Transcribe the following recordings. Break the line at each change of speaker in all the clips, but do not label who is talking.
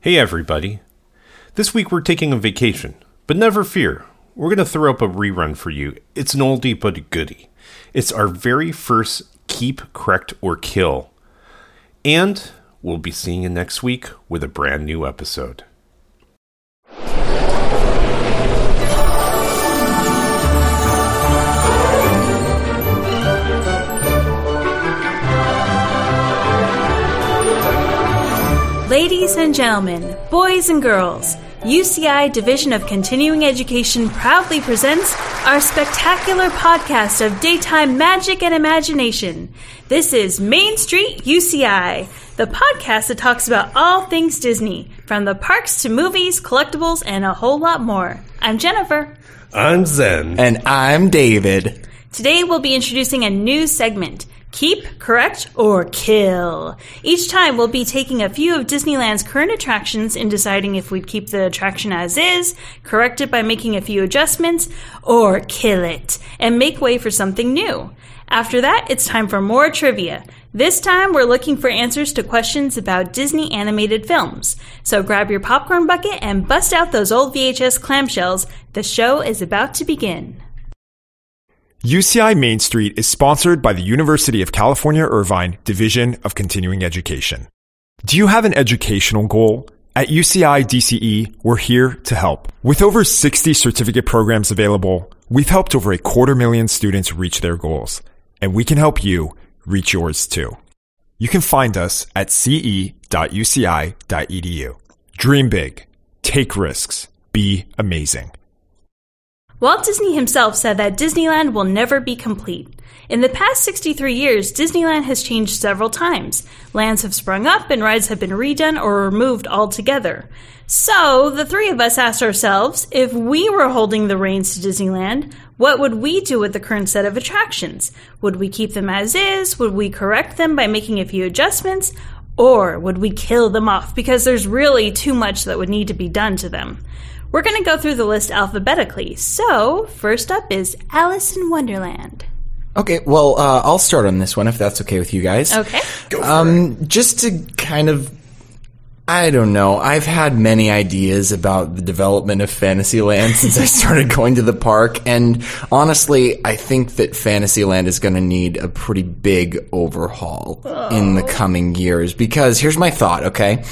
Hey, everybody. This week we're taking a vacation, but never fear, we're going to throw up a rerun for you. It's an oldie but a goodie. It's our very first Keep, Correct, or Kill. And we'll be seeing you next week with a brand new episode.
Ladies and gentlemen, boys and girls, UCI Division of Continuing Education proudly presents our spectacular podcast of daytime magic and imagination. This is Main Street UCI, the podcast that talks about all things Disney, from the parks to movies, collectibles, and a whole lot more. I'm Jennifer.
I'm Zen.
And I'm David.
Today we'll be introducing a new segment. Keep, correct, or kill. Each time we'll be taking a few of Disneyland's current attractions and deciding if we'd keep the attraction as is, correct it by making a few adjustments, or kill it and make way for something new. After that, it's time for more trivia. This time we're looking for answers to questions about Disney animated films. So grab your popcorn bucket and bust out those old VHS clamshells. The show is about to begin.
UCI Main Street is sponsored by the University of California Irvine Division of Continuing Education. Do you have an educational goal? At UCI DCE, E, we're here to help. With over 60 certificate programs available, we've helped over a quarter million students reach their goals, and we can help you reach yours too. You can find us at E ce.uci.edu. E Dream big, take risks, be amazing.
Walt Disney himself said that Disneyland will never be complete. In the past 63 years, Disneyland has changed several times. Lands have sprung up and rides have been redone or removed altogether. So, the three of us asked ourselves if we were holding the reins to Disneyland, what would we do with the current set of attractions? Would we keep them as is? Would we correct them by making a few adjustments? Or would we kill them off because there's really too much that would need to be done to them? We're going to go through the list alphabetically. So, first up is Alice in Wonderland.
Okay, well, uh, I'll start on this one if that's okay with you guys.
Okay.
Um, just to kind of, I don't know. I've had many ideas about the development of Fantasyland since I started going to the park, and honestly, I think that Fantasyland is going to need a pretty big overhaul in the coming years. Because here's my thought. Okay,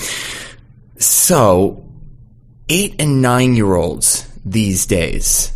so eight and nine year olds these days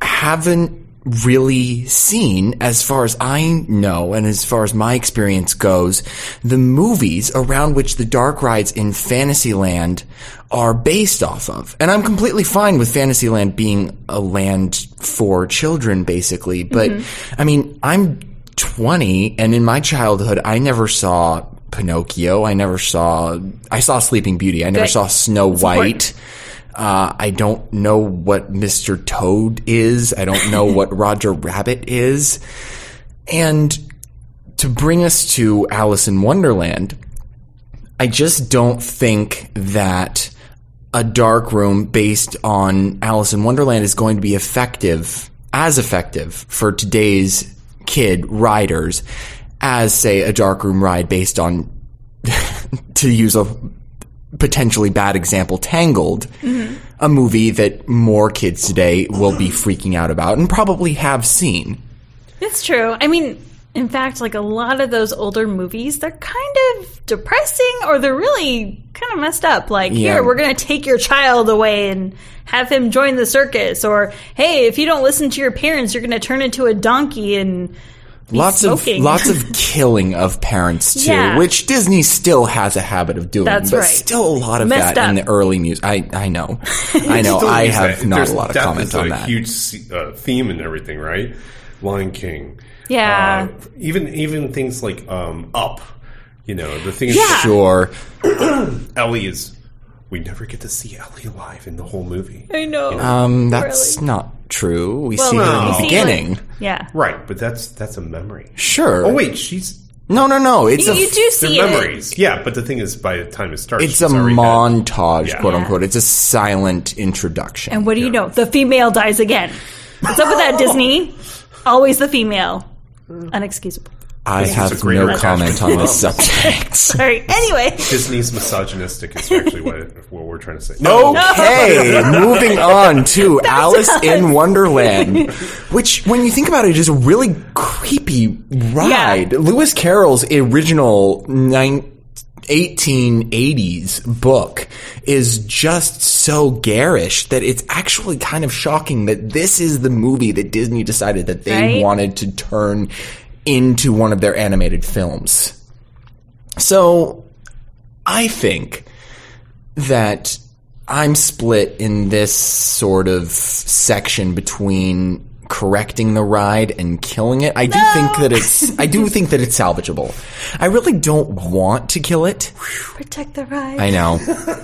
haven't really seen, as far as I know and as far as my experience goes, the movies around which the dark rides in Fantasyland are based off of. And I'm completely fine with Fantasyland being a land for children, basically. But I mean, I'm 20, and in my childhood, I never saw. Pinocchio. I never saw. I saw Sleeping Beauty. I never
Good.
saw Snow White. Uh, I don't know what Mr. Toad is. I don't know what Roger Rabbit is. And to bring us to Alice in Wonderland, I just don't think that a dark room based on Alice in Wonderland is going to be effective, as effective for today's kid riders as, say, a dark room ride based on, to use a potentially bad example, Tangled, a movie that more kids today will be freaking out about and probably have seen.
It's true. I mean, in fact, like a lot of those older movies, they're kind of depressing or they're really kind of messed up. Like,
Yeah.
here, we're going to take your child away and have him join the circus. Or, hey, if you don't listen to your parents, you're going to turn into a donkey and be
lots
smoking.
of lots of killing of parents too,
Yeah.
which Disney still has a habit of doing.
That's
but
right.
still a lot of
Messed
that in
up.
the early music. I I know, I know. I have not a lot of comment on that.
huge se- uh, theme and everything, right? Lion King.
Yeah.
Uh, even even things like um, Up. You know, the thing is
Yeah.
Sure,
Ellie is. We never get to see Ellie alive in the whole movie.
I know.
um, that's not true. We see her in
no.
the
See, like-
beginning.
yeah.
Right, but that's that's a memory.
sure.
Oh wait, she's
no, no, no. It's
You,
a
you do
they're
see it.
memories. Yeah, but the thing is, by the time it starts,
it's
she's
a
already dead.
montage,
Yeah.
quote unquote. It's a silent introduction.
And what do you know? The female
Mm.
dies again. What's up with that, Disney? Always the female. Unexcusable.
I
think it's a
have
great
no
attachment
comment
to
on
love.
this subject.
Sorry. Anyway,
Disney's misogynistic is actually what, it- what we're trying to say.
Okay, moving on to Alice
us.
in Wonderland, which, when you think about it, is a really creepy ride. Lewis Carroll's original nine, 1880s book is just so garish that it's actually kind of shocking that this is the movie that Disney decided that they
Right?
wanted to turn into one of their animated films. So I think that I'm split in this sort of section between correcting the ride and killing it. I do think that it's I do think that it's salvageable. I really don't want to kill it.
protect the ride.
I know.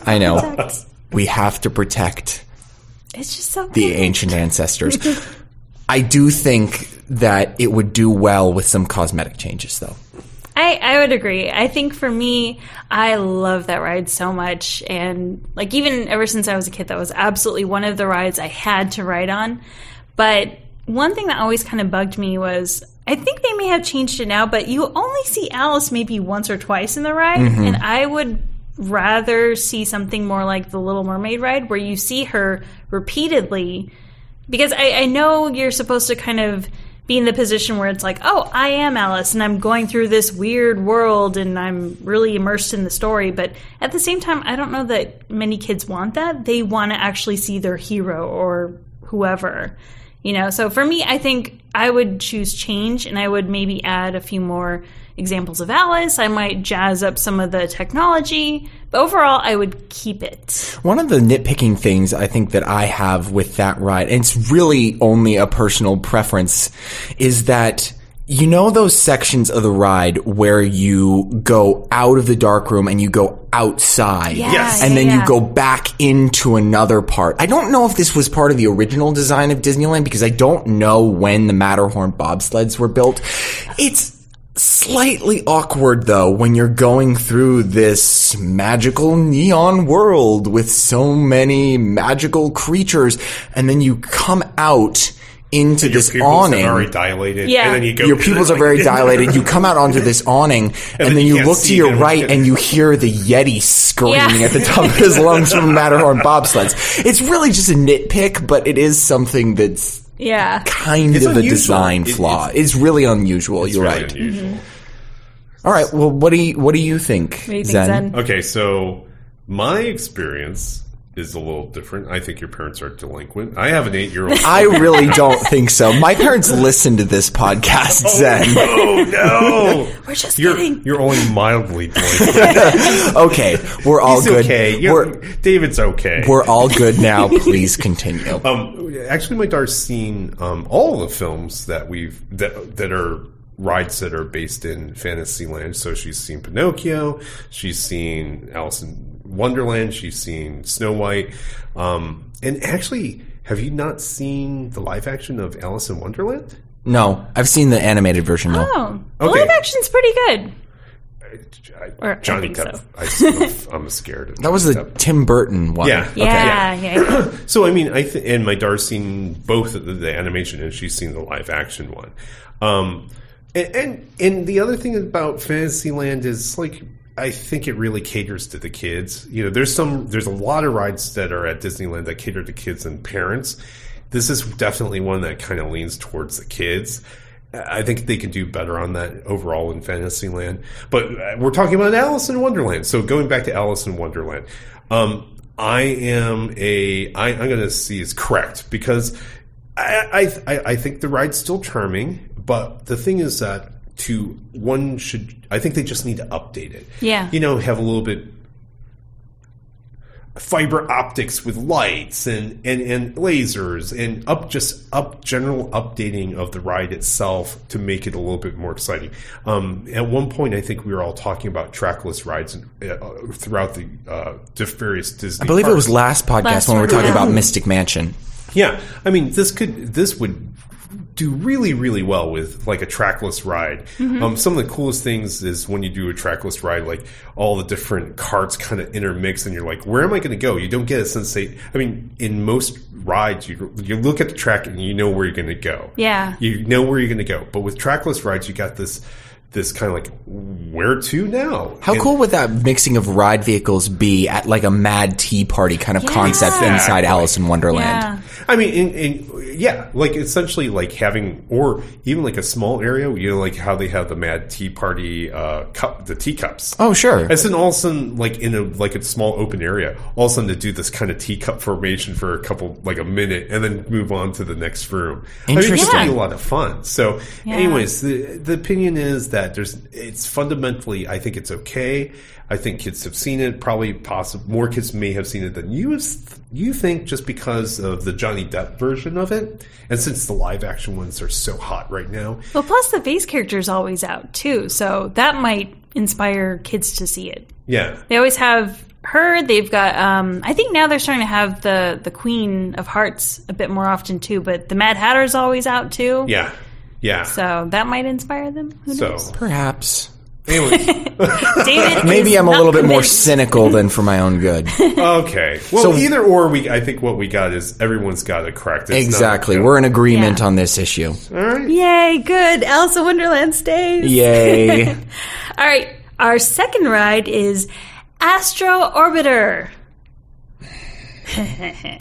I know. We have to protect
It's just so
the ancient ancestors. I do think that it would do well with some cosmetic changes though.
I, I would agree. I think for me, I love that ride so much. And like, even ever since I was a kid, that was absolutely one of the rides I had to ride on. But one thing that always kind of bugged me was I think they may have changed it now, but you only see Alice maybe once or twice in the ride. And I would rather see something more like the Little Mermaid ride where you see her repeatedly because I, I know you're supposed to kind of be in the position where it's like, oh, I am Alice and I'm going through this weird world and I'm really immersed in the story. But at the same time, I don't know that many kids want that. They want to actually see their hero or whoever, you know? So for me, I think I would choose change and I would maybe add a few more examples of Alice. I might jazz up some of the technology, but overall, I would keep it.
One of the nitpicking things I think that I have with that ride, and it's really only a personal preference, is that you know those sections of the ride where you go out of the dark room and you go outside.
Yes.
And
yeah,
then
yeah.
you go back into another part. I don't know if this was part of the original design of Disneyland because I don't know when the Matterhorn bobsleds were built. It's slightly awkward though when you're going through this magical neon world with so many magical creatures and then you come out into
Your
this
pupils
awning.
are already dilated.
Yeah.
And then you go
Your pupils are very dilated. You come out onto this awning, and,
then you
then you
can't
look to
see
your
them.
right, and you hear the Yeti screaming
Yeah.
at the top of his lungs from Matterhorn bobsleds. It's really just a nitpick, but it is something that's
yeah.
kind
It's
of a
unusual.
design
It- it's-
flaw. It's, really unusual. you're
Really
right.
unusual.
All right. Well, what do you what do you think,
What do you think,
Zen?
Zen?
Okay, so my experience is a little different. I think your parents are delinquent. I have an eight year old.
I really don't think so. My parents listen to this podcast, Zen.
Oh no!
We're just
You're
kidding.
you're only mildly delinquent.
Okay, we're all
It's
good.
okay. You're,
We're
David's okay.
we're all good now. Please continue.
Um, actually, my daughter's seen um, all the films that we've that that are rides that are based in Fantasyland. So she's seen Pinocchio, she's seen Alice in Wonderland, she's seen Snow White, um, and actually, have you not seen the live action of Alice in Wonderland?
No, I've seen the animated version. though.
Oh, the
Okay.
live action's pretty good.
I-
Or I
Johnny
think
Depp.
so.
I, am scared. Of
That was the
Depp.
Tim Burton one.
Yeah. Okay.
Yeah, yeah. yeah.
So I mean, I th- and my daughter's seen both of the, the animation and she's seen the live action one. Um, and, and and the other thing about Fantasyland is like I think it really caters to the kids. You know, there's some there's a lot of rides that are at Disneyland that cater to kids and parents. This is definitely one that kind of leans towards the kids. I think they can do better on that overall in Fantasyland. But uh, we're talking about Alice in Wonderland. So going back to Alice in Wonderland, um, I am a I, I'm going to see is correct because I, I I I think the ride's still charming, but the thing is that to one should I think they just need to update it.
Yeah.
you know, have a little bit fiber optics with lights and, and, and lasers and up just up general updating of the ride itself to make it a little bit more exciting. Um, at one point, I think we were all talking about trackless rides uh, throughout the uh, diff- various Disney.
I believe it was last podcast
Last
when we were
one,
talking
yeah.
about Mystic Mansion.
Yeah, I mean, this could this would do really really well with like a trackless ride. Um, some of the coolest things is when you do a trackless ride, like all the different carts kind of intermix, and you're like, where am I going to go? You don't get a sense. I mean, in most rides, you you look at the track and you know where you're going to go.
Yeah.
you know where you're going to go. But with trackless rides, you got this this kind of like where to now?
How cool would that mixing of ride vehicles be at like a mad tea party kind of concept
Yeah.
inside Alice in Wonderland?
Yeah.
I mean, in, in, yeah, like essentially like having, or even like a small area, you know, like how they have the Mad Tea Party uh, cup, the teacups.
Oh, sure.
It's an all of a sudden, like in a like a small open area, all of a sudden to do this kind of teacup formation for a couple like a minute, and then move on to the next room. I mean, it's gonna
Interesting.
be a lot of fun. So, anyways, the the opinion is that there's it's fundamentally, I think it's okay. I think kids have seen it. Probably possible more kids may have seen it than you have- you think just because of the Johnny Depp version of it, and since the live action ones are so hot right now,
Well, plus the face character is always out too, so that might inspire kids to see it.
yeah.
They always have her. They've got. Um, I think now they're starting to have the the Queen of Hearts a bit more often too, but the Mad Hatter's always out too.
Yeah. Yeah.
So that might inspire them. Who
So,
knows?
Perhaps.
anyway,
David,
Maybe
is
I'm a
not
little bit more
convinced.
cynical than for my own good.
okay. Well,
So-
either or, we I think what we got is everyone's got it correct. It's not-
exactly. We're in agreement
Yeah.
on this issue.
Yay! Good. Alice in Wonderland stays.
Yay.
All right. Our second ride is Astro Orbiter.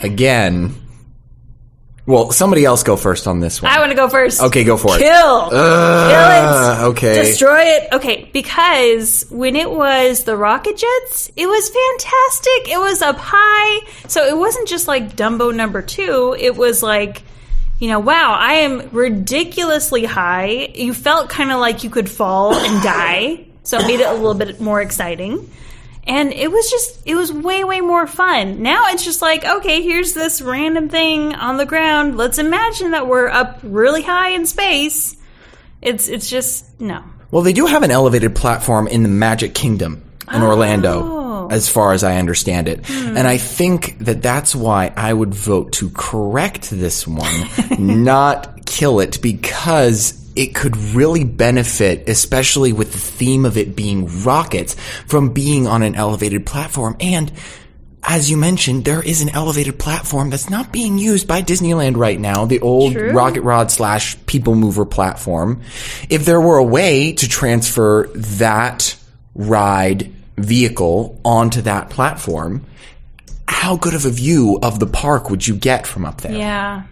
Again. Well, somebody else go first on this one.
I want to go first.
Okay, go for it.
Kill.
Uh,
Kill it.
okay.
Destroy it. Okay, because when it was the rocket jets, it was fantastic. It was up high. So it wasn't just like Dumbo number two. It was like, you know, wow, I am ridiculously high. You felt kind of like you could fall and die. So it made it a little bit more exciting. And it was just, it was way, way more fun. Now it's just like, okay, here's this random thing on the ground. Let's imagine that we're up really high in space. It's, it's just, no.
Well, they do have an elevated platform in the Magic Kingdom in Orlando, as far as I understand it. And I think that that's why I would vote to correct this one, not kill it, because it could really benefit, especially with the theme of it being rockets, from being on an elevated platform. And as you mentioned, there is an elevated platform that's not being used by Disneyland right now, the old rocket rod slash people mover platform. If there were a way to transfer that ride vehicle onto that platform, how good of a view of the park would you get from up there?
Yeah.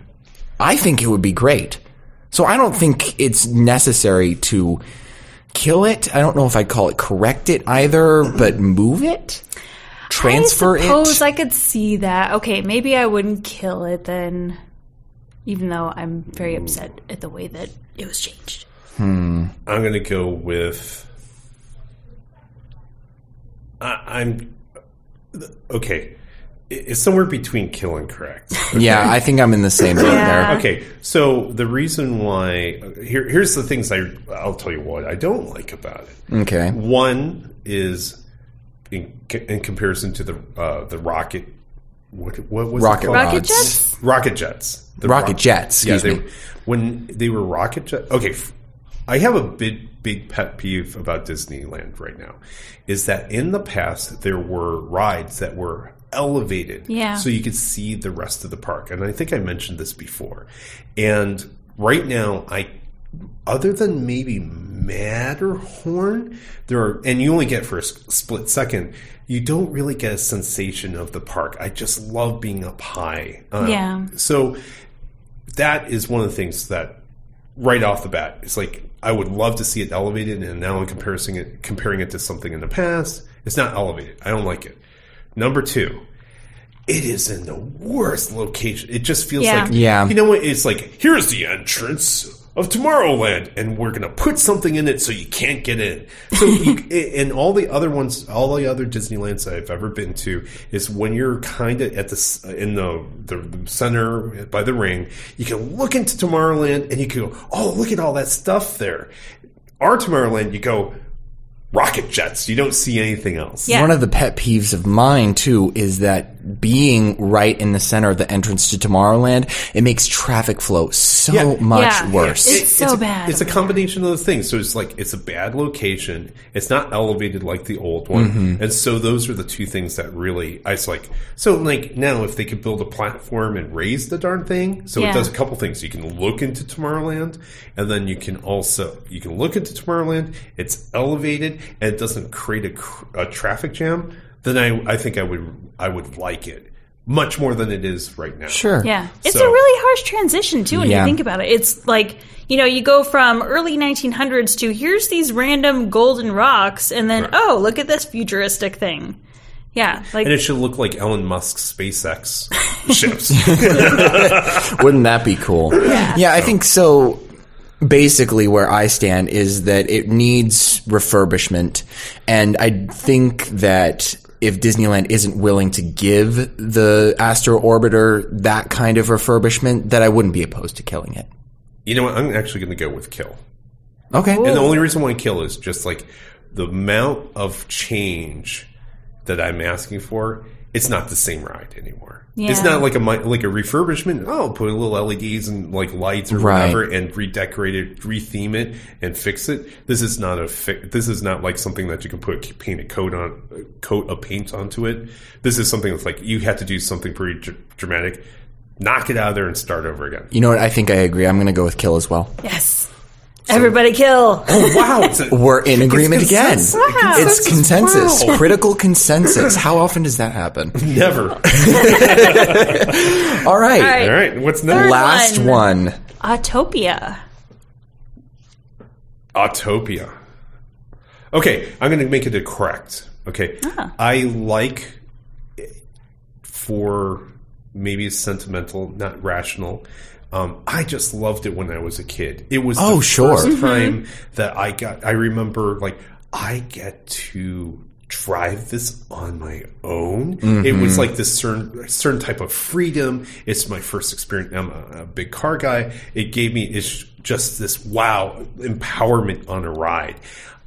I think it would be great. So I don't think it's necessary to kill it. I don't know if I'd call it correct it either, but move it. Transfer
I suppose
it.
I could see that. Okay, maybe I wouldn't kill it then, even though I'm very upset at the way that it was changed.
I'm going to go with. I, I'm okay. It- It's somewhere between kill and correct.
yeah, I think I'm in the same boat there.
Okay, so the reason why here here's the things I I'll tell you what I don't like about it.
Okay.
One is in, in comparison to the uh, the rocket. What what was it
Rocket
called?
Rocket
rods.
jets?
rocket jets. The
Rocket
rock-
jets,
Yeah,
excuse
they,
me.
when they were rocket jets. Okay, f- I have a big big pet peeve about Disneyland right now is that in the past there were rides that were elevated,
Yeah.
so you could see the rest of the park. And I think I mentioned this before. And right now, I other than maybe Matterhorn, there are, and you only get for a s- split second, you don't really get a sensation of the park. I just love being up high. Um,
Yeah.
So that is one of the things that right off the bat, it's like I would love to see it elevated, and now I'm comparing it comparing it to something in the past. It's not elevated. I don't like it. Number two. It is in the worst location. It just feels
Yeah.
like
Yeah.
you know what? It's like here's the entrance of Tomorrowland, and we're gonna put something in it so you can't get in. So, you, and all the other ones, all the other Disneylands I've ever been to, is when you're kind of at the s- in the, the center by the ring, you can look into Tomorrowland and you can go, oh, look at all that stuff there. Our Tomorrowland, you go rocket jets. You don't see anything else.
Yeah.
One of the pet peeves of mine too is that being right in the center of the entrance to Tomorrowland, it makes traffic flow so
Yeah.
much
Yeah.
worse.
It's so
a,
bad.
It's a combination of those things. So it's like it's a bad location. It's not elevated like the old one, and so those are the two things that really I was like. So like now, if they could build a platform and raise the darn thing, so
Yeah.
it does a couple things. You can look into Tomorrowland, and then you can also you can look into Tomorrowland. It's elevated and it doesn't create a, cr- a traffic jam. Then I I think I would I would like it much more than it is right now.
Sure.
Yeah. It's
So-
a really harsh transition, too, when
Yeah.
you think about it. It's like, you know, you go from early 1900s to here's these random golden rocks, and then, oh, look at this futuristic thing. Yeah. Like,
And it should look like Elon Musk's SpaceX ships.
Wouldn't that be cool? Yeah. I think so. Basically, where I stand is that it needs refurbishment. And I think that if Disneyland isn't willing to give the Astro Orbiter that kind of refurbishment, that I wouldn't be opposed to killing it.
You know what? I'm actually going to go with kill.
Okay.
And the only reason why kill is just like the amount of change that I'm asking for. It's not the same ride anymore. It's
Yeah.
not like a mi- like a refurbishment. Oh, put a little LEDs and like lights or
Right.
whatever, and redecorate it, retheme it, and fix it. This is not a fi- this is not like something that you can put paint a coat on coat of paint onto it. This is something that's like you had to do something pretty dr- dramatic, knock it out of there, and start over again.
You know what? I think I agree. I'm going to go with kill as well.
yes. Everybody kill.
wow, it's a-
We're in agreement again.
consensus.
Wow.
It's consensus.
Wow.
Critical consensus. How often does that happen?
never.
All right.
All right.
All right, what's
Third.
next?
Last
one.
one.
Autopia.
Autopia. Okay, I'm going to make it a correct. Okay, I like for maybe sentimental, not rational. Um, I just loved it when I was a kid. It was
Oh,
the
sure.
first time that I got. I remember like I get to drive this on my own. It was like this certain certain type of freedom. It's my first experience. I'm a, a big car guy. It gave me it's just this wow empowerment on a ride.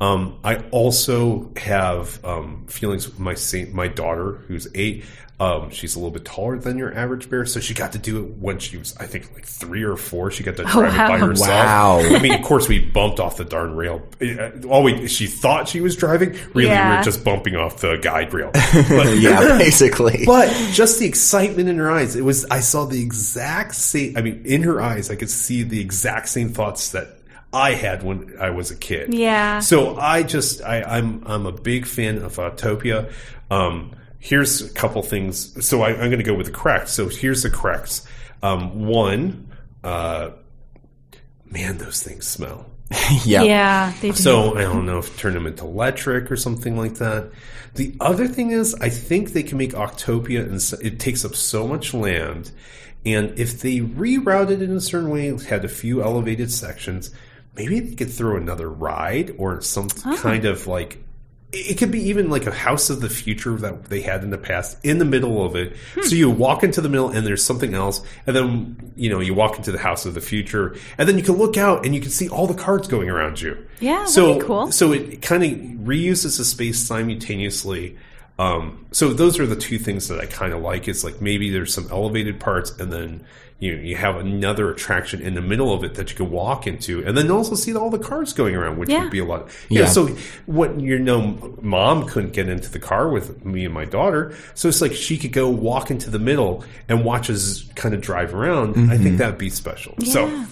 Um, I also have um, feelings with my sa- my daughter who's eight. Um, she's a little bit taller than your average bear, so she got to do it when she was, I think, like three or four. She got to drive it by
wow.
herself.
Wow.
I mean, of course, we bumped off the darn rail. Uh, All we, she thought she was driving, really, we
Yeah.
were just bumping off the guide rail. But,
Yeah, basically.
but just the excitement in her eyes. It was I saw the exact same. I mean, in her eyes, I could see the exact same thoughts that I had when I was a kid.
Yeah.
So I just I, I'm I'm a big fan of Autopia. Um, here's a couple things. So I, I'm going to go with the correct. So here's the corrects. Um, one, uh, man, those things smell.
yeah.
Yeah. They do.
So I don't know if turn them into electric or something like that. The other thing is, I think they can make Octopia, and s- it takes up so much land. And if they rerouted it in a certain way, had a few elevated sections, maybe they could throw another ride or some kind of like. It it could be even like a house of the future that they had in the past in the middle of it.
Hmm.
So you walk into the middle and there's something else. And then, you know, you walk into the house of the future. And then you can look out and you can see all the cards going around you.
Yeah,
so
that'd be cool.
so it kind of reuses the space simultaneously. Um, so those are the two things that I kind of like. It's like maybe there's some elevated parts, and then you you have another attraction in the middle of it that you can walk into, and then also see all the cars going around, which
Yeah.
would be a lot. Yeah.
Yeah.
So what you know, mom couldn't get into the car with me and my daughter, so it's like she could go walk into the middle and watch us kind of drive around. I
Mm-hmm.
think that'd be special. So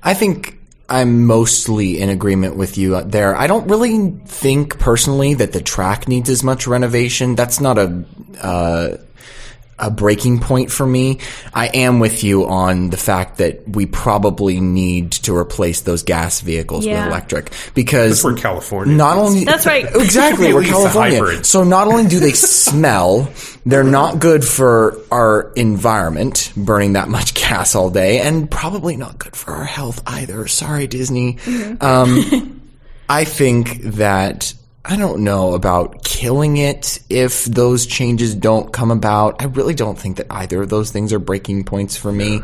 I think I'm mostly in agreement with you there. I don't really think personally that the track needs as much renovation. That's not a uh, a breaking point for me. I am with you on the fact that we probably need to replace those gas vehicals
Yeah.
with electric because
for California,
not only
That's right.
exactly
At
we're
least a
California
hybrid.
so not only do they smell they're not good for our environment burning that much gas all day and probably not good for our health either sorry Disney um, I think that I don't know about killing it if those changes don't come about I really don't think that either of those things are breaking points for me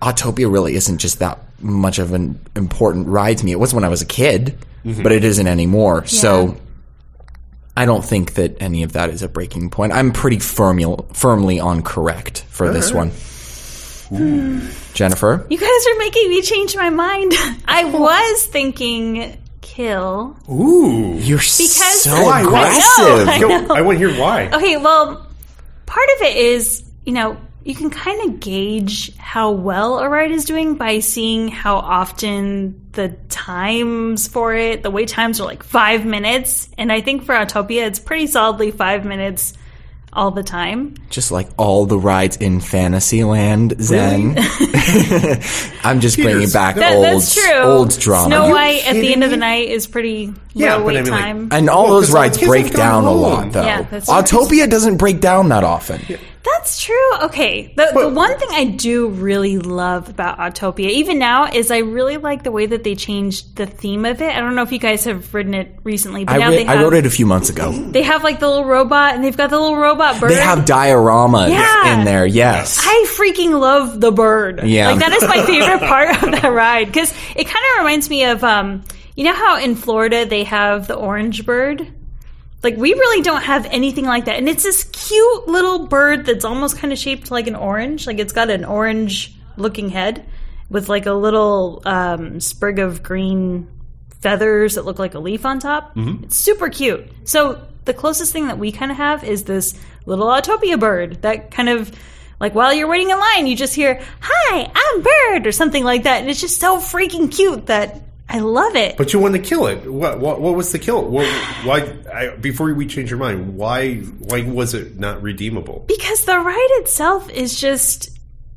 Autopia really isn't just that much of an
Mm-hmm.
important ride to me. It was when I was a kid, but it isn't anymore. So I don't think that any of that is a breaking point. I'm pretty firmul- firmly on correct for this one. Jennifer?
You guys are making me change my mind. I was thinking kill.
Ooh.
You're
Because-
so
Why?
Why?
aggressive.
I
Go-
know.
I want to hear why.
Okay, well, part of it is, you know, you can kind of gauge how well a ride is doing by seeing how often the times for it, the wait times are like five minutes. And I think for Autopia, it's pretty solidly five minutes all the time.
Just like all the rides in Fantasyland, Zen. I'm just bringing
Peters,
back
That-
old,
that's true.
old drama.
Snow
you
White at the end of the
kidding?
night is pretty
Yeah, but
low
I
wait
mean, like,
time.
and all
Well,
those
'cause all the
rides
kids
break
have gone
down a
home.
lot, though.
Yeah, that's true.
Autopia doesn't break down that often.
That's true. Okay. The, the one thing I do really love about Autopia, even now, is I really like the way that they changed the theme of it. I don't know if you guys have ridden it recently, but
I,
now
ri-
they have,
I wrote it a few months ago.
They have like the little robot, and they've got the little robot bird.
They have dioramas
Yeah.
in there, yes.
I freaking love the bird.
Yeah.
Like that is my favorite part of that ride because it kind of reminds me of um, you know how in Florida they have the orange bird. Like we really don't have anything like that, and it's this cute little bird that's almost kind of shaped like an orange. Like it's got an orange looking head with like a little um, sprig of green feathers that look like a leaf on top.
Mm-hmm.
It's super cute. So the closest thing that we kind of have is this little Autopia bird that kind of like while you're waiting in line, you just hear "Hi, I'm Bird" or something like that, and it's just so freaking cute that I love it.
But you wanted to kill it. What? What, what was the kill? What, why? I, before we change your mind, why? Why was it not redeemable?
because the ride itself is just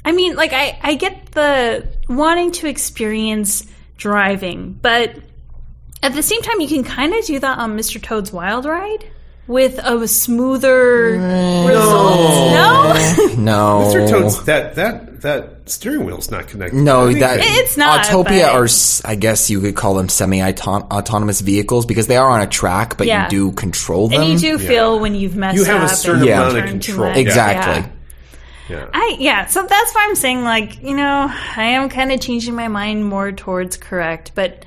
i mean like i i get the wanting to experience driving but at the same time you can kind of do that on mr toad's wild ride with a smoother result no
no.
Mr. Toad's that that that steering wheel's not connected.
No,
to
that
anything.
It's not,
Autopia
but-
are, s- I guess you could call them semi-autonomous vehicles because they are on a track, but
Yeah.
you do control them.
and you do feel when you've messed
You have a
up
certain
and
Yeah.
amount of
turned too
control.
much.
Exactly.
Yeah.
Yeah.
I yeah, so that's why I'm saying like, you know, I am kind of changing my mind more towards correct, but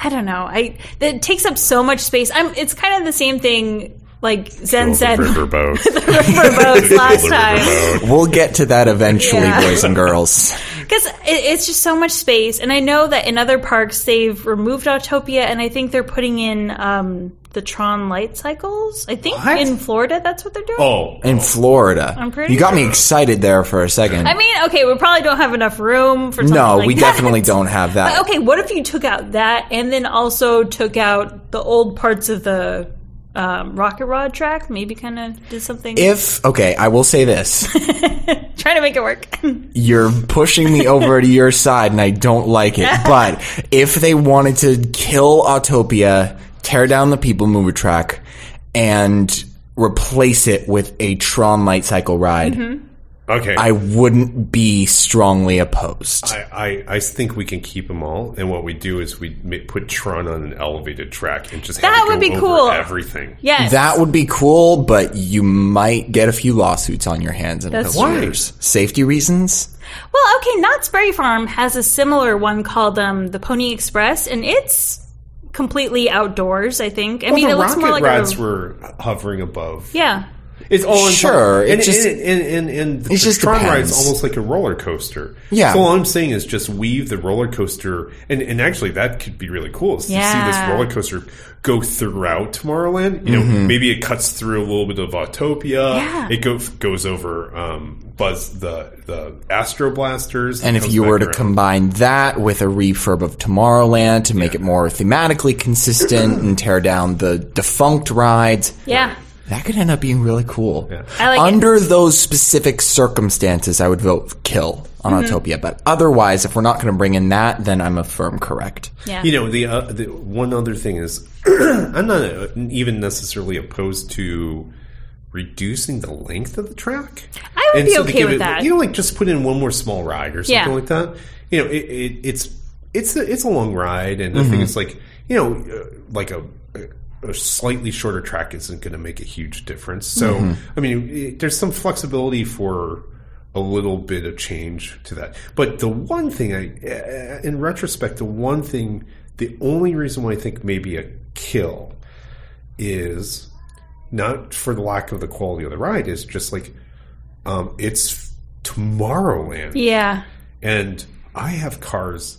I don't know. I that takes up so much space. I'm it's kind of the same thing like Zen said for
riverboat.
boats last time.
We'll get to that eventually,
Yeah.
boys and girls.
Because it's just so much space, and I know that in other parks they've removed Autopia, and I think they're putting in um, the Tron light cycles. I think
What?
in Florida that's what they're doing.
oh,
In Florida,
pretty
you got me excited there for a second.
I mean, okay, we probably don't have enough room for something
no,
like
we
that.
definitely don't have that.
Okay, what if you took out that and then also took out the old parts of the um, rocket rod track? Maybe kind of did something.
If okay, I will say this:
Try to make it work.
you're pushing me over to your side, and I don't like it. But if they wanted to kill Autopia, tear down the People Mover track, and replace it with a Tron Light Cycle ride,
Mm-hmm.
okay.
I
I,
wouldn't be strongly opposed.
I I think we can keep them all, and what we do is we ma- put Tron on an elevated track and just have
That
it go
would be
over
cool.
Everything.
yes.
that would be cool, but you might get a few lawsuits on your hands in a
That's
couple
true.
years. Safety reasons.
well, okay, Knott's Berry Farm has a similar one called um, the Pony Express, and it's completely outdoors, I think. I mean,
the
it looks
rocket
more like
rods
a.
were hovering above.
yeah.
It's all in
Sure,
And,
it just-
and, and, and, and the
it just
Tron
depends.
ride's almost like a roller coaster.
Yeah.
So all I'm saying is just weave the roller coaster, and, and actually that could be really cool. Is To see
Yeah.
this roller coaster go throughout Tomorrowland. You know,
Mm-hmm.
maybe it cuts through a little bit of Autopia.
Yeah.
It go, goes over um, Buzz the the Astro Blasters,
And if
comes
you
back
were to
around.
combine that with a refurb of Tomorrowland to make it more thematically consistent and tear down the defunct rides,
Yeah.
that could end up being really cool.
I like it.
Under those specific circumstances, I would vote kill on
Mm-hmm.
Autopia. But otherwise, if we're not going to bring in that, then I'm a firm correct.
Yeah.
You know, the, uh, the one other thing is, I'm not uh, even necessarily opposed to reducing the length of the track.
I would be
to
okay
give
with
it-
that.
You know, like just put in one more small ride or something
Yeah.
like that. You know, it, it, it's it's a, it's a long ride, and I think it's like you know, uh, like a. A slightly shorter track isn't going to make a huge difference. So, I mean, it, there's some flexibility for a little bit of change to that. But the one thing I, uh, in retrospect, the one thing, the only reason why I think maybe a kill is not for the lack of the quality of the ride. It's just like um, it's Tomorrowland,
Yeah.
and I have cars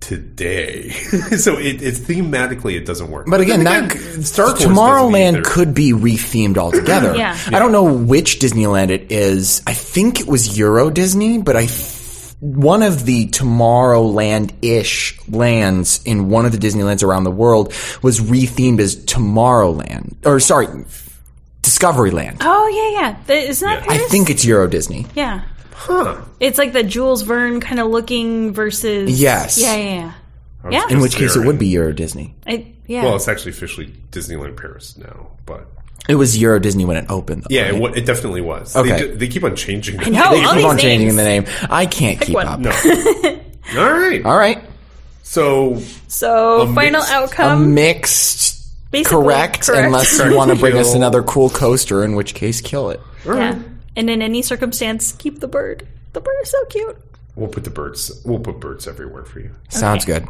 today, so it, it's thematically it doesn't work.
But again,
Then
that
Star Tours doesn't either.
Tomorrowland could be rethemed altogether.
Yeah.
I don't know which Disneyland it is. I think it was Euro Disney, but I th- one of the Tomorrowland-ish lands in one of the Disneylands around the world was rethemed as Tomorrowland, or sorry, Discoveryland.
Oh yeah, yeah. The, isn't that
I
Paris?
think it's Euro Disney.
Yeah. Huh. It's like the Jules Verne kind of looking versus.
Yes.
Yeah, yeah, yeah. Yeah.
In which case, it would be Euro Disney.
I, yeah.
well, it's actually officially Disneyland Paris now, but
It was Euro Disney when it opened. Though,
yeah,
right?
it, wa- it definitely was.
Okay.
They, ju- they keep on changing. I
know.
they
all
keep
these
on changing
names.
the name. I can't keep
Oh, one.
up.
All right.
All right,
So
so final
mixed-
a
outcome.
mixed
basically
um, correct, unless you
Correct.
want to bring us
Kill.
another cool coaster, in which case, kill it.
yeah. And in any circumstance, keep the bird. The bird is so cute.
we'll put the birds. We'll put birds everywhere for you.
Sounds good.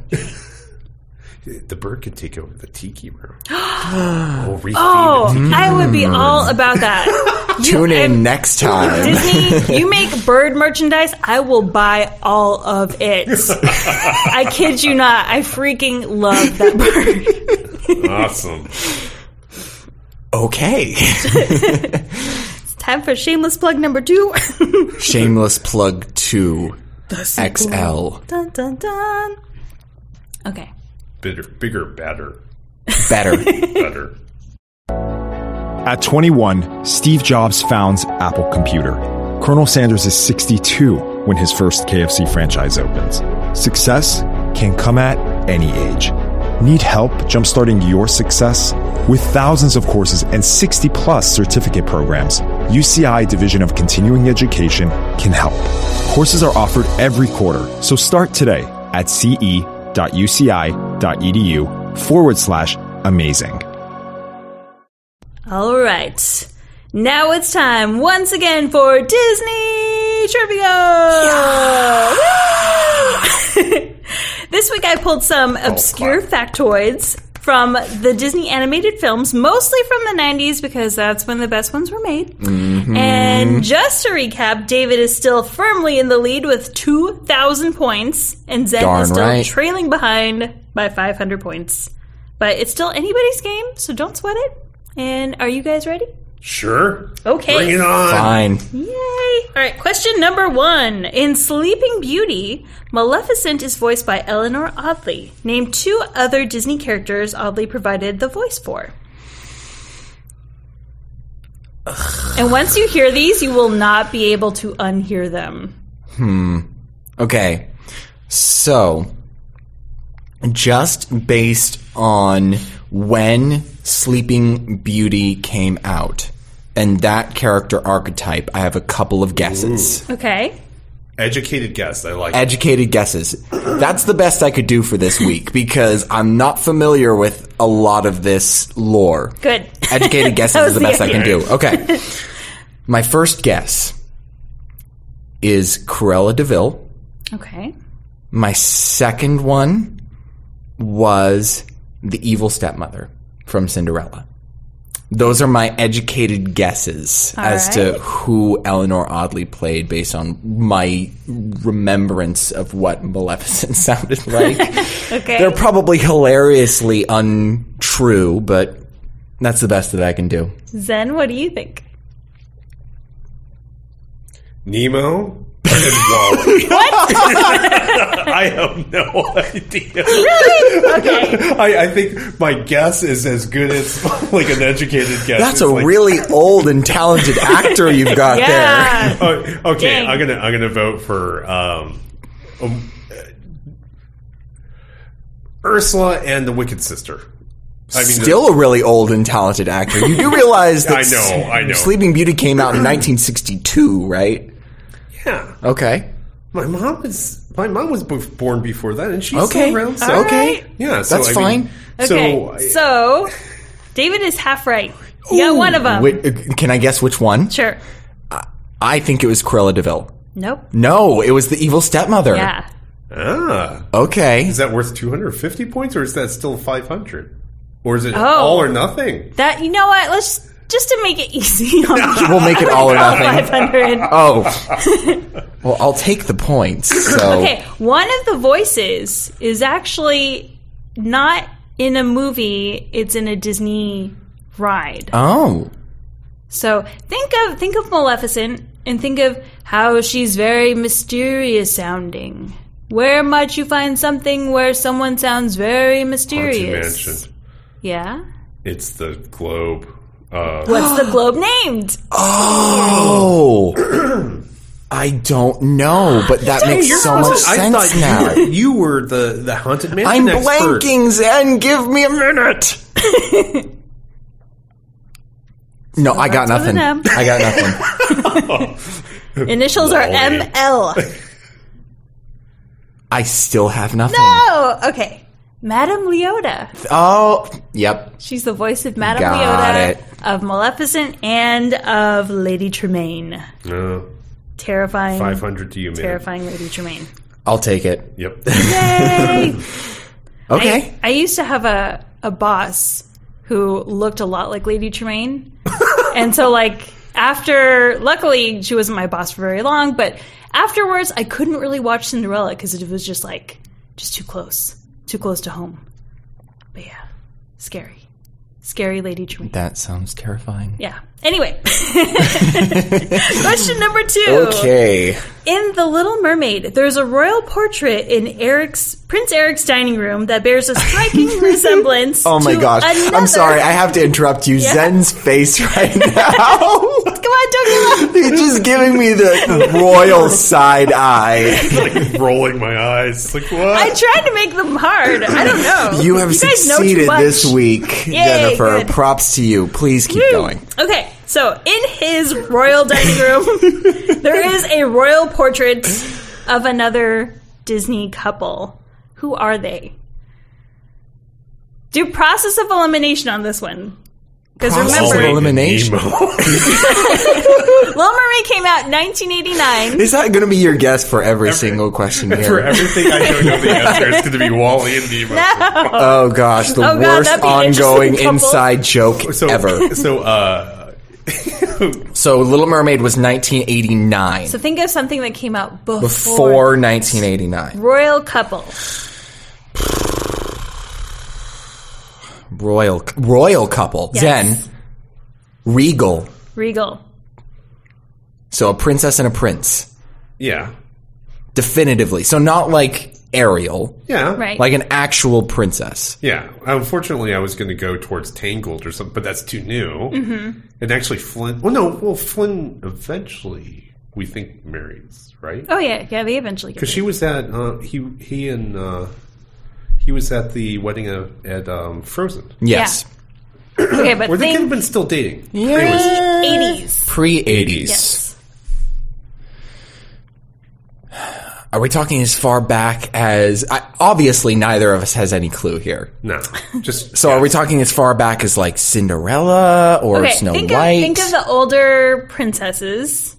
The bird could take over the tiki room. we'll retheme
Oh,
it.
I would be all about that. You-
Mm-hmm. Tune in
I'm-
next time.
Disney, you make bird merchandise, I will buy all of it. I kid you not. I freaking love that bird.
Awesome.
okay.
It's time for shameless plug number two.
Shameless plug two. XL.
dun dun dun. Okay.
Bitter, bigger, badder,
Better.
better.
At 21, Steve Jobs founds Apple Computer. Colonel Sanders is 62 when his first KFC franchise opens. Success can come at any age. Need help jumpstarting your success? With thousands of courses and 60 plus certificate programs, UCI Division of Continuing Education can help. Courses are offered every quarter, so start today at E ce.uci.edu E forward slash amazing.
All right. Now it's time once again for Disney Trivia. Woo! this week I pulled some
Oh,
obscure factoids from the Disney animated films, mostly from the 90s because that's when the best ones were made.
Mm-hmm.
And just to recap, David is still firmly in the lead with 2,000 points, and Zen
Darn
is still
right.
trailing behind by 500 points. But it's still anybody's game, so don't sweat it. And are you guys ready?
Sure.
Okay.
Bring it on.
Fine.
Yay! All right, question number one. In Sleeping Beauty, Maleficent is voiced by Eleanor Audley. Name two other Disney characters Audley provided the voice for. And once you hear these, you will not be able to unhear them.
Okay. So, just based on when Sleeping Beauty came out and that character archetype, I have a couple of guesses.
Okay.
Educated guess. I like. it.
educated guesses. That's the best I could do for this week because I'm not familiar with a lot of this lore.
Good.
Educated guesses
That
is the
was
best
the
I can do. Okay. My first guess is Corella DeVille.
Okay.
My second one was the evil stepmother from Cinderella. Those are my educated guesses as to
right.
who Eleanor Audley played based on my remembrance of what Maleficent sounded like.
Okay.
They're probably hilariously untrue, but that's the best that I can do.
Zen, what do you think?
Nemo and Wally. what? I have no idea.
Okay.
I, I think my guess is as good as like an educated guess.
That's
It's
a
like-
really old and talented actor you've got there.
Yeah.
Oh, okay,
Dang.
I'm gonna I'm gonna vote for um, um, uh, Ursula and the Wicked Sister. I mean,
still a really old and talented actor. You do realize that
I know, I know.
Sleeping Beauty came out in 1962, right?
yeah.
Okay.
My mom was my mom was b- born before that, and she's
Okay.
still around. So
okay.
right.
yeah, so,
That's
I
fine.
mean,
Okay.
so,
So, David is half right. You got one of them.
Wait, uh, can I guess which one?
sure.
I think it was Cruella Deville.
Nope.
No, it was the evil stepmother.
Yeah.
ah,
Okay.
is that worth 250 points, or is that still 500, or is it
Oh.
all or nothing?
That you know what? Let's just to make it easy. on
We'll make it all or
Five
nothing.
hundred.
Oh. Well, I'll take the points. So
Okay, one of the voices is actually not in a movie; it's in a Disney ride.
Oh.
So think of think of Maleficent and think of how she's very mysterious sounding. Where might you find something where someone sounds very
Haunted
mysterious?
Mansion.
Yeah.
It's the globe. Uh,
What's the globe named?
Oh. I don't know, but that makes so much sense now.
you were, you were the, the haunted
I'm
mansion expert.
blanking, Zen. Give me a minute. no, I got
an
nothing.
M.
I got nothing.
Initials are
Lolly.
ML.
I still have nothing.
Oh, okay. Madame Leota.
Oh, yep.
She's the voice of Madame
Got
Leota,
it.
of Maleficent, and of Lady Tremaine.
No,
Terrifying,
five hundred to you, man.
terrifying Lady Tremaine.
I'll take it.
Yep.
Yay!
Okay.
I used to have a, a boss who looked a lot like Lady Tremaine. and so, like, after, luckily, she wasn't my boss for very long, but afterwards, I couldn't really watch Cinderella because it was just like, just too close, too close to home. But yeah, scary. Scary Lady Tremaine.
that sounds terrifying.
Yeah. Anyway, question number two.
Okay.
In The Little Mermaid, there's a royal portrait in Eric's Prince Eric's dining room that bears a striking resemblance.
Oh my
to
gosh. I'm
another-
sorry. I have to interrupt you. Zen's face right now.
Come on, don't give up.
He's just giving me the royal side eye.
like rolling my eyes. It's like what?
I tried to make them hard. I don't know.
You have
guys know too
succeeded
much.
this week, Jennifer.
good.
Props to you. Please keep going.
Okay, so in his royal dining room, there is a royal portrait of another Disney couple. Who are they? Do process of elimination on this one. Because
Process of
remember,
elimination. elimination.
Nemo.
Little Mermaid came out in 1989.
Is that going to be your guess for every single question here?
For everything I don't know the answer, it's going to be Wally and Nemo.
Oh gosh, the
Oh, God,
worst
that'd be an
ongoing
interesting couple.
inside joke
So,
ever.
so uh,
So Little Mermaid was 1989.
So think of something that came out before.
before 1989.
Royal couple.
Royal royal couple.
Yes.
Zen. Regal.
Regal.
So a princess and a prince.
yeah,
Definitively. So not like Ariel.
yeah,
Right.
Like an actual princess.
yeah. Unfortunately, I was going to go towards Tangled or something, but that's too new. Mm-hmm. And actually, Flynn. Well, no, well, Flynn eventually we think marries, right?
oh, yeah. Yeah, they eventually get
Because she was at uh, he he and uh, he was at the wedding of, at um, Frozen,
Yes.
it. Okay, but
where they could have
think
been still dating.
Yeah.
80s.
Pre 80s.
Yes.
Are we talking as far back as I, obviously neither of us has any clue here.
No, just
So are we talking as far back as like Cinderella or
Okay,
Snow
think,
White?
Of, think of the older princesses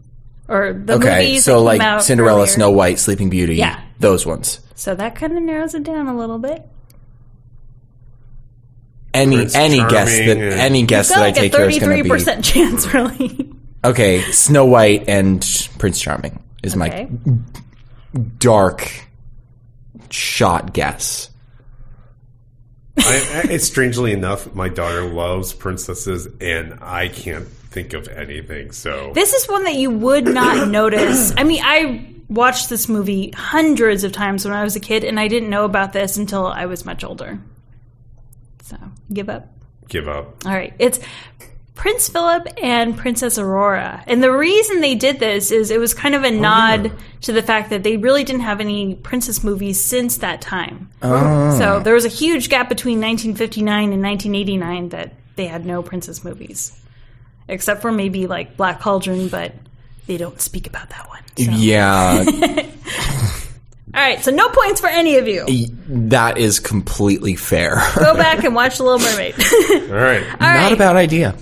or the
Okay,
movies.
so
that came
like
out
Cinderella,
earlier.
Snow White, Sleeping Beauty,
Yeah.
those ones.
So that kind of narrows it down a little bit.
Any
Prince
any
Charming
guess that
and-
any guess
So
that
like
I
a
take here is going to
33
be
percent chance, really.
okay. Snow White and Prince Charming is
Okay.
my dark shot guess.
I, I, strangely enough, my daughter loves princesses, and I can't think of anything. So
This is one that you would not notice. I mean, I watched this movie hundreds of times when I was a kid, and I didn't know about this until I was much older. So, give up.
give up.
All right. It's Prince Philip and Princess Aurora. And the reason they did this is it was
Oh,
kind of a nod to the fact that they really didn't have any princess movies since that time.
Ah.
So, there was a huge gap between 1959 and 1989 that they had no princess movies. Except for maybe like Black Cauldron, but they don't speak about that one. So-
Yeah,
All right, so no points for any of you.
that is completely fair.
Go back and watch The Little Mermaid.
All right,
All
Not
right.
a bad idea.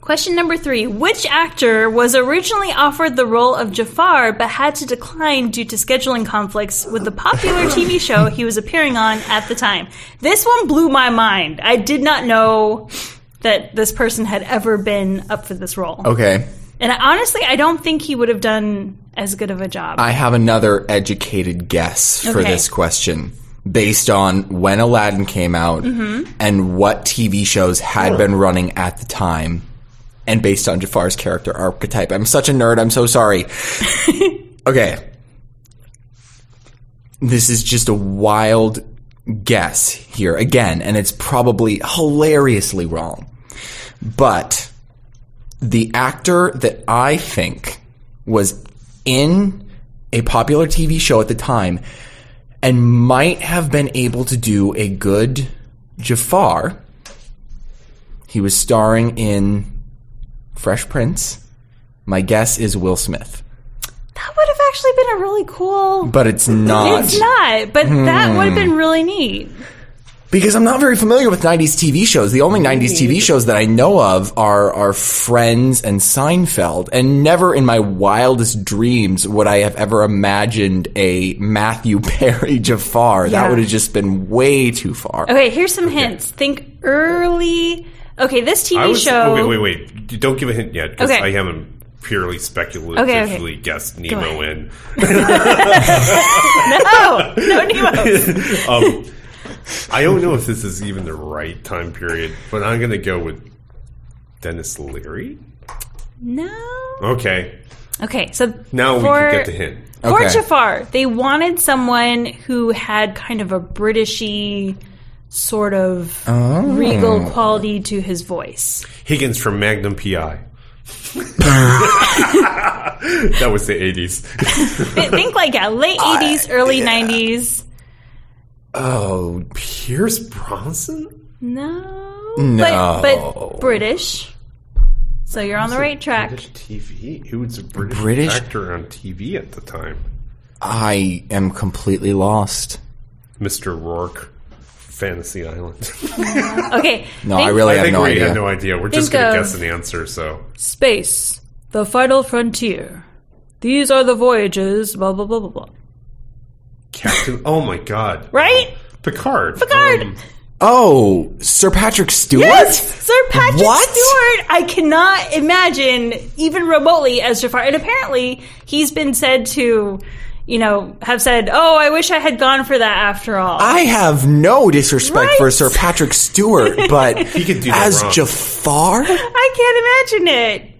Question number three. Which actor was originally offered the role of Jafar but had to decline due to scheduling conflicts with the popular TV show he was appearing on at the time? This one blew my mind. I did not know that this person had ever been up for this role.
Okay.
And I, honestly, I don't think he would have done as good of a job.
I have another educated guess for
Okay.
this question based on when Aladdin came out and what TV shows had been running at the time and based on Jafar's character archetype. I'm such a nerd. I'm so sorry. okay. This is just a wild guess here again, and it's probably hilariously wrong. But the actor that I think was in a popular TV show at the time and might have been able to do a good Jafar. He was starring in Fresh Prince. My guess is Will Smith,
that would have actually been a really cool.
but it's not.
It's not, but that would have been really neat.
Because I'm not very familiar with 90s TV shows. The only 90s
Mm-hmm.
TV shows that I know of are, are Friends and Seinfeld. And never in my wildest dreams would I have ever imagined a Matthew Perry Jafar.
Yeah.
That would have just been way too far.
Okay, here's some hints. Think early. Okay, this
I
TV
was,
show.
Wait, wait, wait. D- Don't give a hint yet because
Okay.
I haven't purely speculatively
Okay, okay.
guessed
Go
Nemo
ahead.
in.
No, no Nemo.
Um, I don't know if this is even the right time period, but I'm going to go with Dennis Leary.
No.
Okay.
Okay, so
Now we
for-
can get the hint.
For
Okay.
Jafar, they wanted someone who had kind of a Britishy sort of
Oh.
regal quality to his voice.
Higgins from Magnum PI. that was the 80s.
Th- Think like yeah, late eighties, early nineties.
Oh,
Pierce Bronson?
No, but, but British. So you're on the right track.
British TV? Who was a British,
British-
actor on TV at the time?
I am completely lost.
Mr. Rourke, Fantasy Island.
Okay.
No,
think
I really
I
have
think
no
we
idea.
have no idea. We're just
Think
going to
of-
guess an answer, so.
space, the final frontier. These are the voyages. Blah blah blah blah blah.
Captain. oh my god.
Right?
Picard.
Picard.
Um,
oh, Sir Patrick Stewart?
Sir Patrick
What?
Stewart, I cannot imagine even remotely as Jafar. And apparently, he's been said to, you know, have said, "Oh, I wish I had gone for that after all."
I have no disrespect for
Right?
Sir Patrick Stewart, but
could do no
as
wrong.
Jafar?
I can't imagine it.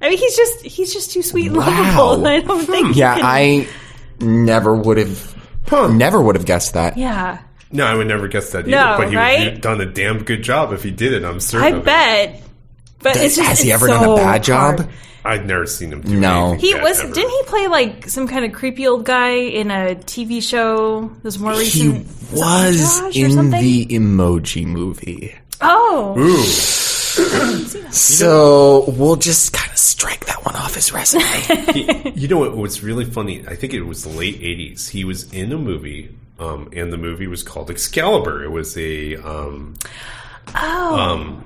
I mean, he's just he's just too sweet and
Wow.
lovable. I don't think.
Yeah, I never would have never would have guessed that.
Yeah,
No, I would never guess that either.
No,
but he
right?
would done a damn good job if he did it. I'm certain.
I
of it.
bet. But it's just
Has he
it's
ever done
so
a bad job?
hard.
I'd never seen him do
No.
anything
He
bad
was
ever.
didn't he play like some kind of creepy old guy in a TV show? This more
He
recent
was
Josh or
in
something?
the emoji movie.
oh
Ooh,
So we'll just kind of strike that one off his resume.
He- you know what was really funny? I think it was the late '80s. He was in a movie, um, and the movie was called Excalibur. It was a um,
oh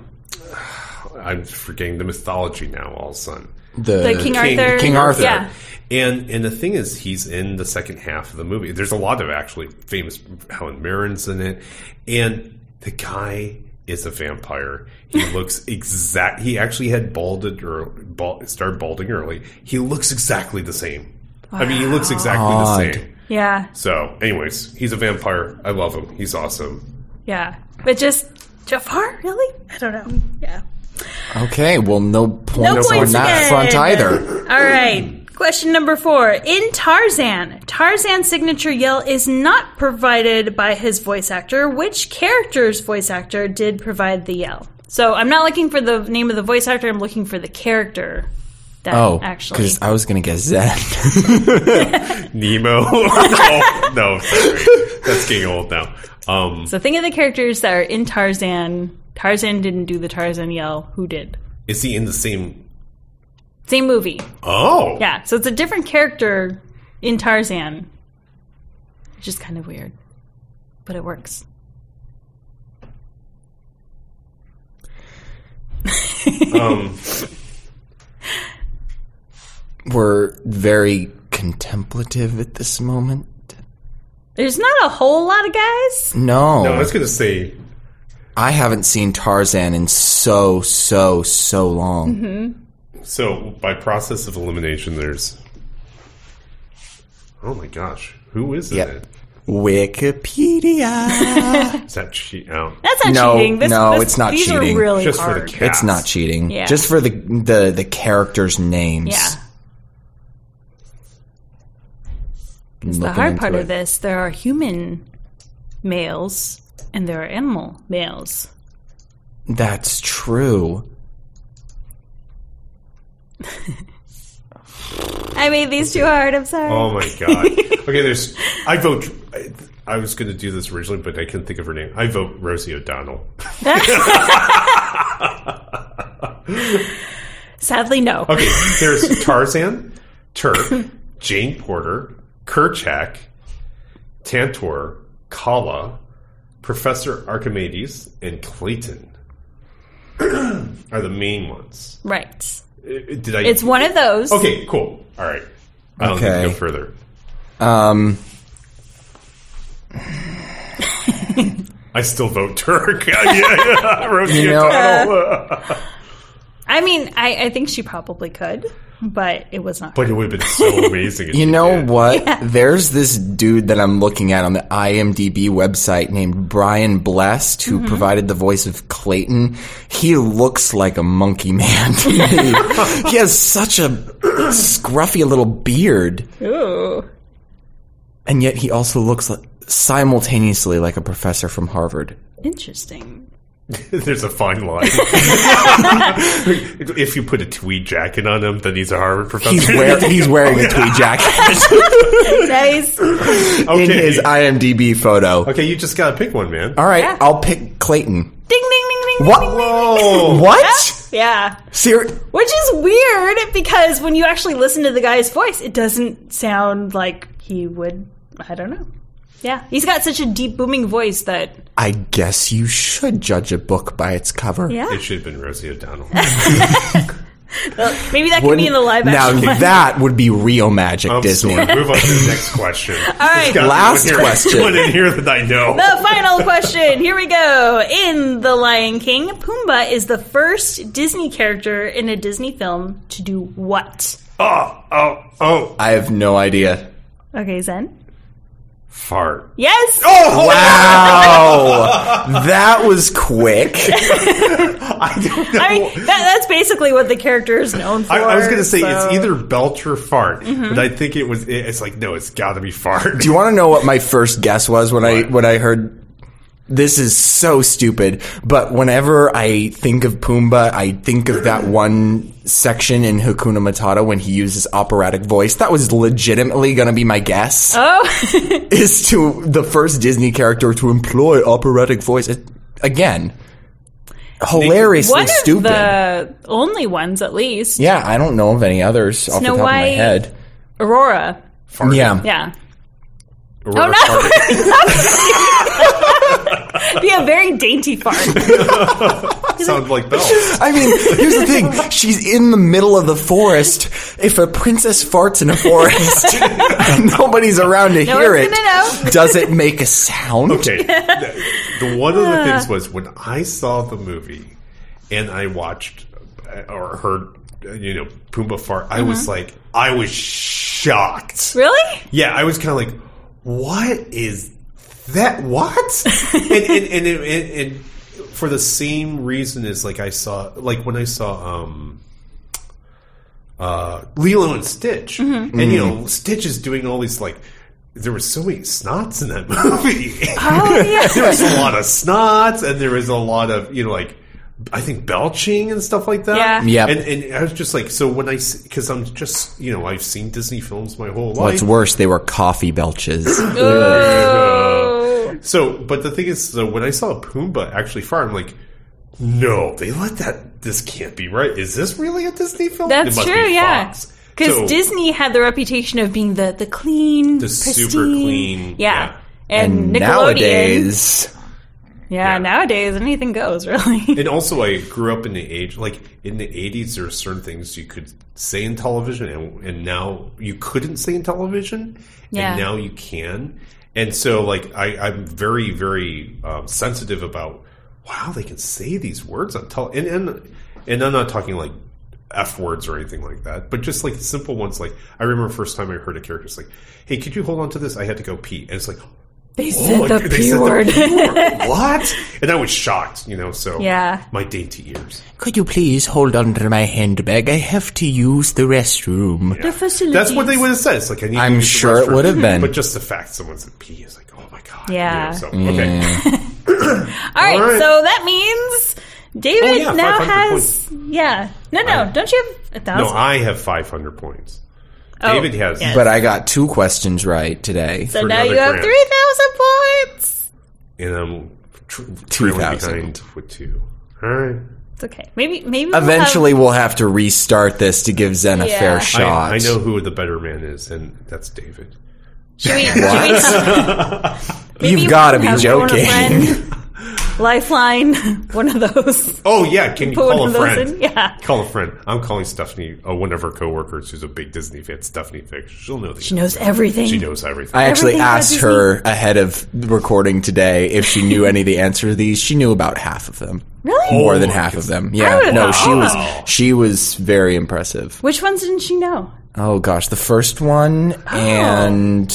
I'm forgetting the mythology now. All of a sudden,
the,
the King, Arthur.
King Arthur.
Yeah.
And and the thing is, he's in the second half of the movie. There's a lot of actually famous Helen Mirren's in it, and the guy is a vampire. He looks exact. He actually had balded or bald, started balding early. He looks exactly the same. I mean, he looks exactly the same.
Yeah.
So, anyways, he's a vampire. I love him. He's awesome.
Yeah. But just Jafar, really? I don't know. Yeah.
Okay, well, no
No
points on
points
that
again.
front either.
All right. Question number four. In Tarzan, Tarzan's signature yell is not provided by his voice actor. Which character's voice actor did provide the yell? So I'm not looking for the name of the voice actor. I'm looking for the character. That
Oh,
actually.
because I was gonna guess Zen.
Nemo. no, no, sorry. that's getting old now. Um,
So think of the characters that are in Tarzan. Tarzan didn't do the Tarzan yell. Who did?
is he in the same?
Same movie.
Oh,
Yeah, so it's a different character in Tarzan. Which is kind of weird. But it works.
Um,
We're very contemplative at this moment.
There's not a whole lot of guys.
No,
No, I was gonna say
I haven't seen Tarzan in so so so long.
Mm-hmm.
So by process of elimination, there's. Oh my gosh, who is
Yep.
it?
Wikipedia.
Is that cheat? Oh,
That's not
No,
cheating. This,
no,
this-
it's not
these
cheating.
Are really
just
hard.
for the cast.
it's not cheating.
Yeah.
Just for the the the characters' names.
Yeah. Because the
Looking
hard
into
part
it.
of this, there are human males and there are animal males.
That's true.
I made these too hard. I'm sorry.
Oh my god. Okay, there's. I vote. I, I was going to do this originally, but I couldn't think of her name. I vote Rosie O'Donnell.
Sadly, no.
Okay, there's Tarzan, Turk, Jane Porter, Kerchak, Tantor, Kala, Professor Archimedes, and Clayton are the main ones.
Right.
Uh, Did I?
It's one of those.
okay, cool. All right. I don't need
Okay.
to go further.
Um,
I still vote Turk. yeah, yeah, Rosie
You know-
O'Donnell.
I mean, I, I think she probably could, but it was not.
But it would have been so amazing. if
you
she
know
did.
what? There's this dude that I'm looking at on the IMDb website named Brian Blessed, who provided the voice of Clayton. He looks like a monkey man to me. he has such a scruffy little beard,
Ooh.
and yet he also looks like, simultaneously like a professor from Harvard.
Interesting.
There's a fine line. if you put a tweed jacket on him, then he's a Harvard professor.
He's, wear- he's wearing a tweed jacket
nice.
okay.
in his IMDb photo.
okay, you just gotta pick one, man.
All right, I'll pick Clayton.
Ding, ding, ding, ding.
What?
Whoa!
What?
Yeah.
Ser-
Which is weird because when you actually listen to the guy's voice, it doesn't sound like he would. I don't know. Yeah. He's got such a deep, booming voice that.
I guess you should judge a book by its cover.
Yeah.
It should have been Rosie O'Donnell.
Maybe that could
Wouldn't-
be in the live
now
action. one.
that would be real magic,
I'm
Disney.
sorry. Move on to the next question. All
right.
Last question.
One in here that I know.
The final question. Here we go. In The Lion King, Pumbaa is the first Disney character in a Disney film to do what?
Oh, oh, oh!
I have no idea.
Okay, Zen.
Fart.
Yes.
Oh,
Wow, that was quick.
I mean, that, that's basically what the character is known for.
I, I was gonna say
so-
it's either belch or fart, but I think it was. It, it's like no, it's gotta be fart.
Do you want to know what my first guess was when I when I heard? This is so stupid. But whenever I think of Pumbaa, I think of that one section in Hakuna Matata when he uses operatic voice. That was legitimately going to be my guess.
Oh,
is to the first Disney character to employ operatic voice It- again. Hilariously
one of
stupid.
the only ones, at least.
yeah, I don't know of any others off
Snow
the top of my
White.
head.
Aurora.
Yeah.
Yeah.
Aurora
Oh, no.
farted.
Be a very dainty fart.
Sounds like belch.
I mean, here's the thing. She's in the middle of the forest. If a princess farts in a forest and nobody's around to
No
hear
one's
it,
gonna know.
does it make a sound?
Okay. the- the one of the things was when I saw the movie and I watched uh, or heard, uh, you know, Pumbaa fart, I was like, I was shocked.
really?
Yeah, I was kind of like, what is that? What? and, and, and, and, and, and for the same reason as like I saw, like when I saw, um, uh, Lilo and Stitch, and you know Stitch is doing all these like there were so many snots in that movie.
Oh, yeah.
There's a lot of snots, and there was a lot of you know, like I think belching and stuff like that.
Yeah.
Yep.
And, and I was just like, so when I because I'm just you know I've seen Disney films my whole life.
What's worse, they were coffee belches.
Oh.
So, but the thing is, so when I saw Pumbaa actually fart, I'm like, no, they let that. This can't be right. Is this really a Disney film? It
That's
must be
true, yeah.
Fox.
Because
So-
Disney had the reputation of being the, the clean,
The super clean,
Yeah.
yeah.
And, Nickelodeon.
Nowadays,
Yeah,
Yeah.
nowadays anything goes, really.
And also, I grew up in the age like in the '80s. There are certain things you could say in television, and, and now you couldn't say in television,
Yeah.
and now you can. And so, like, I, I'm very, very um, sensitive about wow, they can say these words on tele. And and and I'm not talking like f words or anything like that, but just like simple ones. Like I remember first time I heard a character it's like, "Hey, could you hold on to this? I had to go pee," and it's like.
They
"Oh,
said the
they
P
said the
word.
P word. what? And I was shocked, you know. So
Yeah.
my dainty ears.
Could you please hold on to my handbag? I have to use the restroom.
The facilities.
That's what they would have said. It's like I need. to
I'm
use the
sure it
restroom.
would have been.
But just the fact someone said pee is like, oh my god.
Yeah.
You know, so okay.
All right,
All right.
so that means David
Oh, yeah,
now
500
has. Yeah. No, no. don't you have a
No,
thousand?
I have 500 points.
Oh,
David has.
yes.
But I got two questions right today.
so
for
now
another
you have
grand.
3,000 points.
And I'm tr- trailing
2,000.
behind with two. All right.
It's okay. Maybe, maybe we'll have-
Eventually, we'll have to restart this to give Zen a
Yeah. I-
fair shot.
I, I know who the better man is, and that's David.
Should we- should we- maybe
You've gotta
we
be
have phone a
joking.
friend, Lifeline, one of those.
Oh, yeah. Can you
Put
call
one
a
of those
friend?
in? Yeah.
Call a friend. I'm calling Stephanie, uh, one of our coworkers who's a big Disney fan, Stephanie Fix. She'll know the
She knows everything.
She knows everything.
I actually
Everything about
asked her ahead of the recording today if she knew any of the answers to these. She knew about half of them.
Really?
More
Oh
than half of them. Yeah.
would've thought
No, she
all
was
of
she was very impressive.
Which ones didn't she know?
Oh gosh, the first one
Oh.
and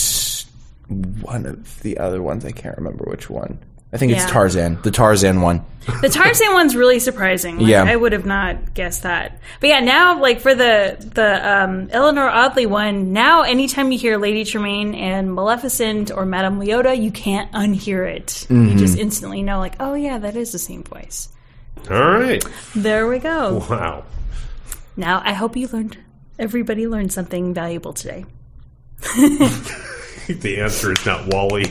one of the other ones I can't remember which one. I think
Yeah.
it's Tarzan, the Tarzan one.
The Tarzan one's really surprising. Like,
Yeah.
I would have not guessed that. But yeah, now like for the the um, Eleanor Audley one, now anytime you hear Lady Tremaine and Maleficent or Madame Leota, you can't unhear it. You just instantly know, like, oh yeah, that is the same voice.
All right.
There we go.
Wow.
Now I hope you learned. Everybody learned something valuable today.
The answer is not Wally.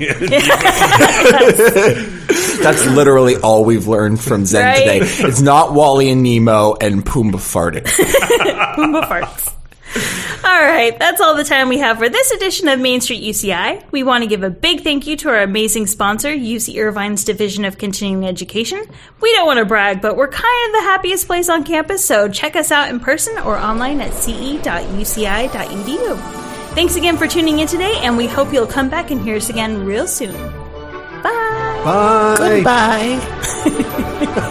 That's literally all we've learned from Zen
Right.
today. It's not Wally and Nemo and Pumbaa farted.
Boomba farts. All right, that's all the time we have for this edition of Main Street UCI. We want to give a big thank you to our amazing sponsor, UC Irvine's Division of Continuing Education. We don't want to brag, but we're kind of the happiest place on campus, so check us out in person or online at ce.uci.edu. e Thanks again for tuning in today, and we hope you'll come back and hear us again real soon. Bye!
Bye. Goodbye.